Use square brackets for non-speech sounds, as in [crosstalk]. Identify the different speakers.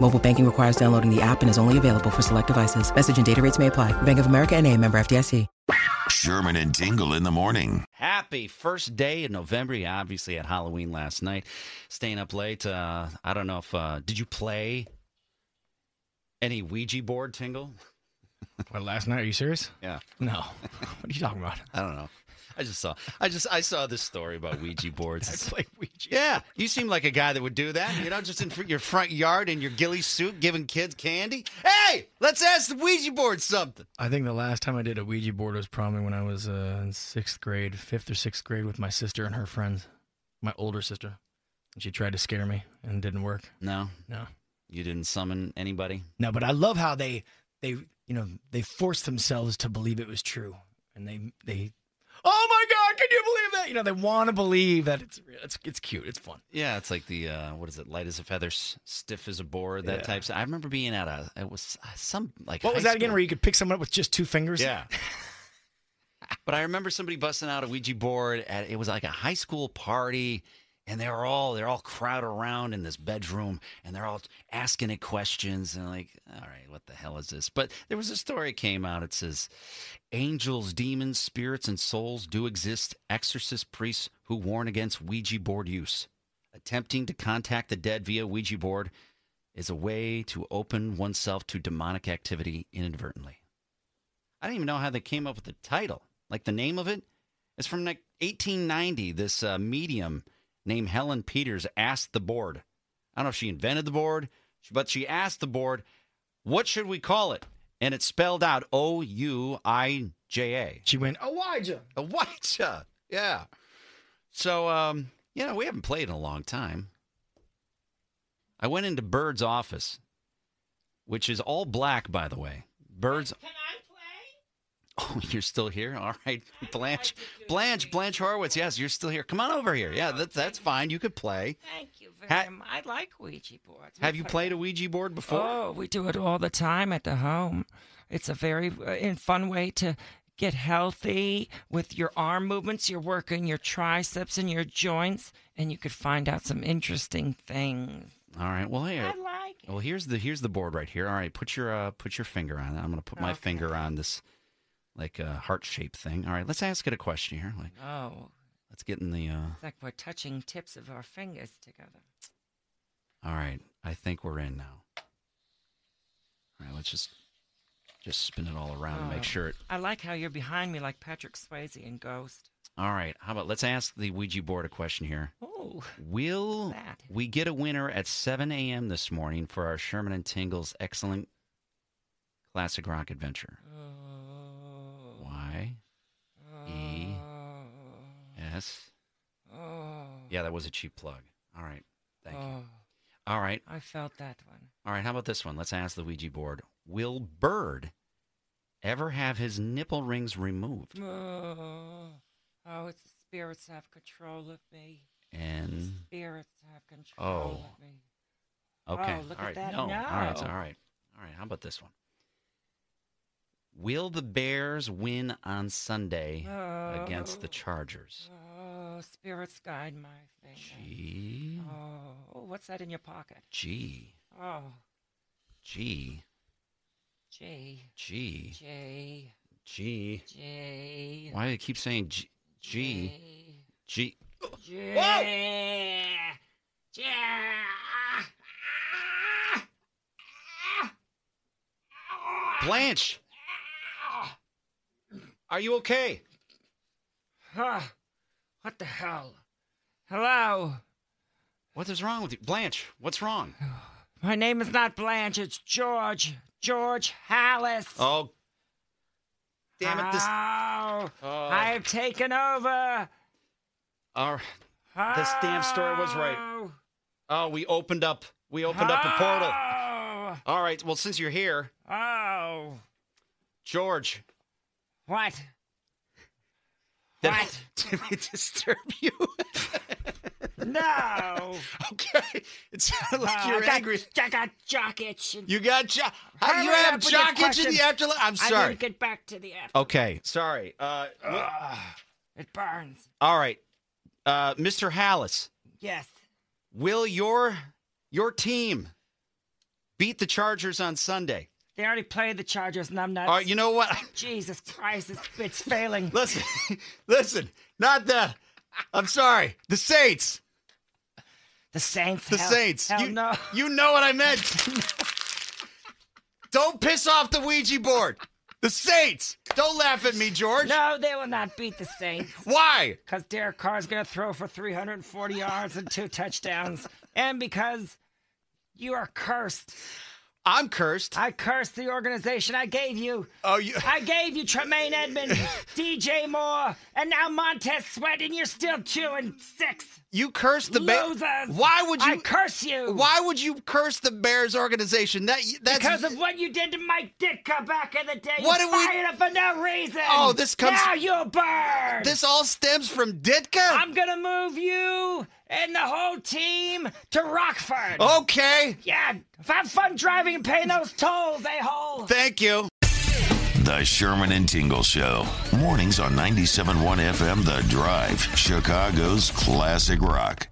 Speaker 1: Mobile banking requires downloading the app and is only available for select devices. Message and data rates may apply. Bank of America and a member FDIC.
Speaker 2: Sherman and Tingle in the morning.
Speaker 3: Happy first day in November. You obviously had Halloween last night. Staying up late. Uh, I don't know if uh, did you play any Ouija board tingle?
Speaker 4: What last night? Are you serious?
Speaker 3: Yeah,
Speaker 4: No. [laughs] what are you talking about? [laughs]
Speaker 3: I don't know. I just saw. I just I saw this story about Ouija boards.
Speaker 4: I
Speaker 3: It's-
Speaker 4: play Ouija.
Speaker 3: yeah, you seem like a guy that would do that. You know, just in fr- your front yard in your ghillie suit, giving kids candy. Hey, let's ask the Ouija board something.
Speaker 4: I think the last time I did a Ouija board was probably when I was uh, in sixth grade, fifth or sixth grade, with my sister and her friends, my older sister. And she tried to scare me and it didn't work.
Speaker 3: No,
Speaker 4: No,
Speaker 3: you didn't summon anybody.
Speaker 4: no. But I love how they they you know they forced themselves to believe it was true, and they they. Oh my God! Can you believe that? You know they want to believe that it's real. It's it's cute. It's fun.
Speaker 3: Yeah, it's like the uh, what is it? Light as a feather, s- stiff as a board. That
Speaker 4: Yeah.
Speaker 3: type. Of, I remember being at a. It was uh, some like.
Speaker 4: What was
Speaker 3: high
Speaker 4: that again?
Speaker 3: school-
Speaker 4: Where you could pick someone up with just two fingers?
Speaker 3: Yeah. [laughs] but I remember somebody busting out a Ouija board at it was like a high school party and they were all they're all crowded around in this bedroom and they're all asking it questions and like all right what the hell is this but there was a story that came out it says angels demons spirits and souls do exist exorcist priests who warn against ouija board use attempting to contact the dead via ouija board is a way to open oneself to demonic activity inadvertently I don't even know how they came up with the title. Like the name of it is from like 1890. This uh, medium named Helen Peters asked the board. I don't know if she invented the board, but she asked the board, "What should we call it?" And it spelled out O U I J A.
Speaker 4: She went Elijah.
Speaker 3: A Ouija. Yeah. So, um, you know, we haven't played in a long time. I went into Bird's office, which is all black, by the way. Bird's. [laughs] Can I play? Oh, you're still here? All
Speaker 5: [laughs]
Speaker 3: right. Blanche, Blanche, Blanche Horowitz. Yes, you're still here. Come on over here. Yeah, that, that's fine. You could play.
Speaker 5: Thank you very
Speaker 3: Ha-
Speaker 5: much. I like Ouija boards. We
Speaker 3: Have you
Speaker 5: play-
Speaker 3: played a Ouija board before?
Speaker 5: Oh, we do it all the time at the home. It's a very uh, in- fun way to get healthy with your arm movements. You're working your triceps and your joints, and you could find out some interesting things.
Speaker 3: All right. Well, here.
Speaker 5: I like it.
Speaker 3: Well, here's the here's the board right here. All right, put your uh, put your finger on it. I'm gonna put my
Speaker 5: Okay.
Speaker 3: finger on this like uh, heart shaped thing. All right, let's ask it a question here. Like,
Speaker 5: Oh,
Speaker 3: let's get in the. Uh,
Speaker 5: it's like we're touching tips of our fingers together.
Speaker 3: all right, I think we're in now. All right, let's just just spin it all around and
Speaker 5: Oh.
Speaker 3: make sure it.
Speaker 5: I like how you're behind me, like Patrick Swayze in Ghost.
Speaker 3: All right, how about let's ask the Ouija board a question here.
Speaker 5: Oh,
Speaker 3: Will
Speaker 5: That.
Speaker 3: we get a winner at 7 a.m. this morning for our Sherman and Tingle's excellent classic rock adventure?
Speaker 5: oh,
Speaker 3: Why? E. Yes.
Speaker 5: oh,
Speaker 3: Yeah, that was a cheap plug. All right. Thank you.
Speaker 5: oh.
Speaker 3: All right.
Speaker 5: I felt that one.
Speaker 3: All right. How about this one? Let's ask the Ouija board Will Bird ever have his nipple rings removed?
Speaker 5: Oh, oh, it's the spirits have control of me. The
Speaker 3: And.
Speaker 5: spirits have control
Speaker 3: Mm-hmm. Oh.
Speaker 5: of me.
Speaker 3: Okay.
Speaker 5: Oh, look
Speaker 3: all
Speaker 5: at
Speaker 3: right.
Speaker 5: that.
Speaker 3: No. All right. All
Speaker 5: No.
Speaker 3: right. All right. How about this one? Will the Bears win on Sunday against the
Speaker 5: No.
Speaker 3: Chargers?
Speaker 5: Oh, spirits guide my finger.
Speaker 3: Gee.
Speaker 5: Oh, oh, what's that in your pocket?
Speaker 3: Gee.
Speaker 5: Oh,
Speaker 3: Gee.
Speaker 5: J,
Speaker 3: Gee.
Speaker 5: J,
Speaker 3: Gee.
Speaker 5: J.
Speaker 3: Why do you keep saying G? G.
Speaker 5: J,
Speaker 3: G.
Speaker 5: J. J. Ah.
Speaker 3: Blanche, are you okay?
Speaker 5: Huh. What the hell? Hello.
Speaker 3: What is wrong with you? Blanche, what's wrong?
Speaker 5: My name is not Blanche. It's George. George Hallis.
Speaker 3: Oh, damn it. This,
Speaker 5: Ah. How?
Speaker 3: Oh.
Speaker 5: I have taken over.
Speaker 3: our, This damn story was right.
Speaker 5: How?
Speaker 3: oh, we opened up. We opened up
Speaker 5: Ah.
Speaker 3: a portal.
Speaker 5: How?
Speaker 3: All right. Well, since you're here,
Speaker 5: Oh.
Speaker 3: George,
Speaker 5: What?
Speaker 3: did,
Speaker 5: What?
Speaker 3: I, [laughs] did I disturb you? [laughs]
Speaker 5: No.
Speaker 3: okay. It sounded like
Speaker 5: Oh,
Speaker 3: you're
Speaker 5: I got,
Speaker 3: angry.
Speaker 5: I got jock itch. and
Speaker 3: You got jo- How do you
Speaker 5: Hurry
Speaker 3: have
Speaker 5: up with your
Speaker 3: jock itch in
Speaker 5: questions.
Speaker 3: the afterlife? I'm
Speaker 5: I
Speaker 3: sorry.
Speaker 5: didn't get back to the after.
Speaker 3: okay. Sorry. Uh, wh-
Speaker 5: It burns.
Speaker 3: all right. Uh, Mr. Hallis,
Speaker 5: Yes.
Speaker 3: will your your team beat the Chargers on Sunday?
Speaker 5: They already played the Chargers, and I'm not.
Speaker 3: All right. You know what? [laughs]
Speaker 5: Jesus Christ, it's, it's failing.
Speaker 3: Listen, [laughs] listen. Not the. I'm sorry. The Saints.
Speaker 5: The Saints.
Speaker 3: The
Speaker 5: hell-
Speaker 3: Saints.
Speaker 5: Hell
Speaker 3: you,
Speaker 5: no. [laughs]
Speaker 3: you know what I meant. Don't piss off the Ouija board. The Saints. Don't laugh at me, George.
Speaker 5: No, they will not beat the Saints.
Speaker 3: Why?
Speaker 5: Because Derek Carr's going to throw for 340 yards and two touchdowns. And because you are cursed.
Speaker 3: I'm cursed.
Speaker 5: I curse the organization I gave you.
Speaker 3: oh, you.
Speaker 5: I gave you Tremaine Edmonds, DJ Moore, and now Montez Sweat, and you're still two and six.
Speaker 3: You cursed the Bears.
Speaker 5: Losers.
Speaker 3: Why would you?
Speaker 5: I curse you.
Speaker 3: why would you curse the Bears organization? That that's
Speaker 5: Because of what you did to Mike Ditka back in the day.
Speaker 3: What
Speaker 5: you
Speaker 3: did we-
Speaker 5: fired him for no reason.
Speaker 3: Oh, this comes-
Speaker 5: Now you'll burn.
Speaker 3: this all stems from Ditka.
Speaker 5: I'm gonna move you and the whole team to Rockford.
Speaker 3: okay,
Speaker 5: Yeah, have fun driving and paying those tolls, a hole.
Speaker 3: thank you.
Speaker 2: The Sherman and Tingle Show. Mornings on 97.1 FM The Drive, Chicago's classic rock.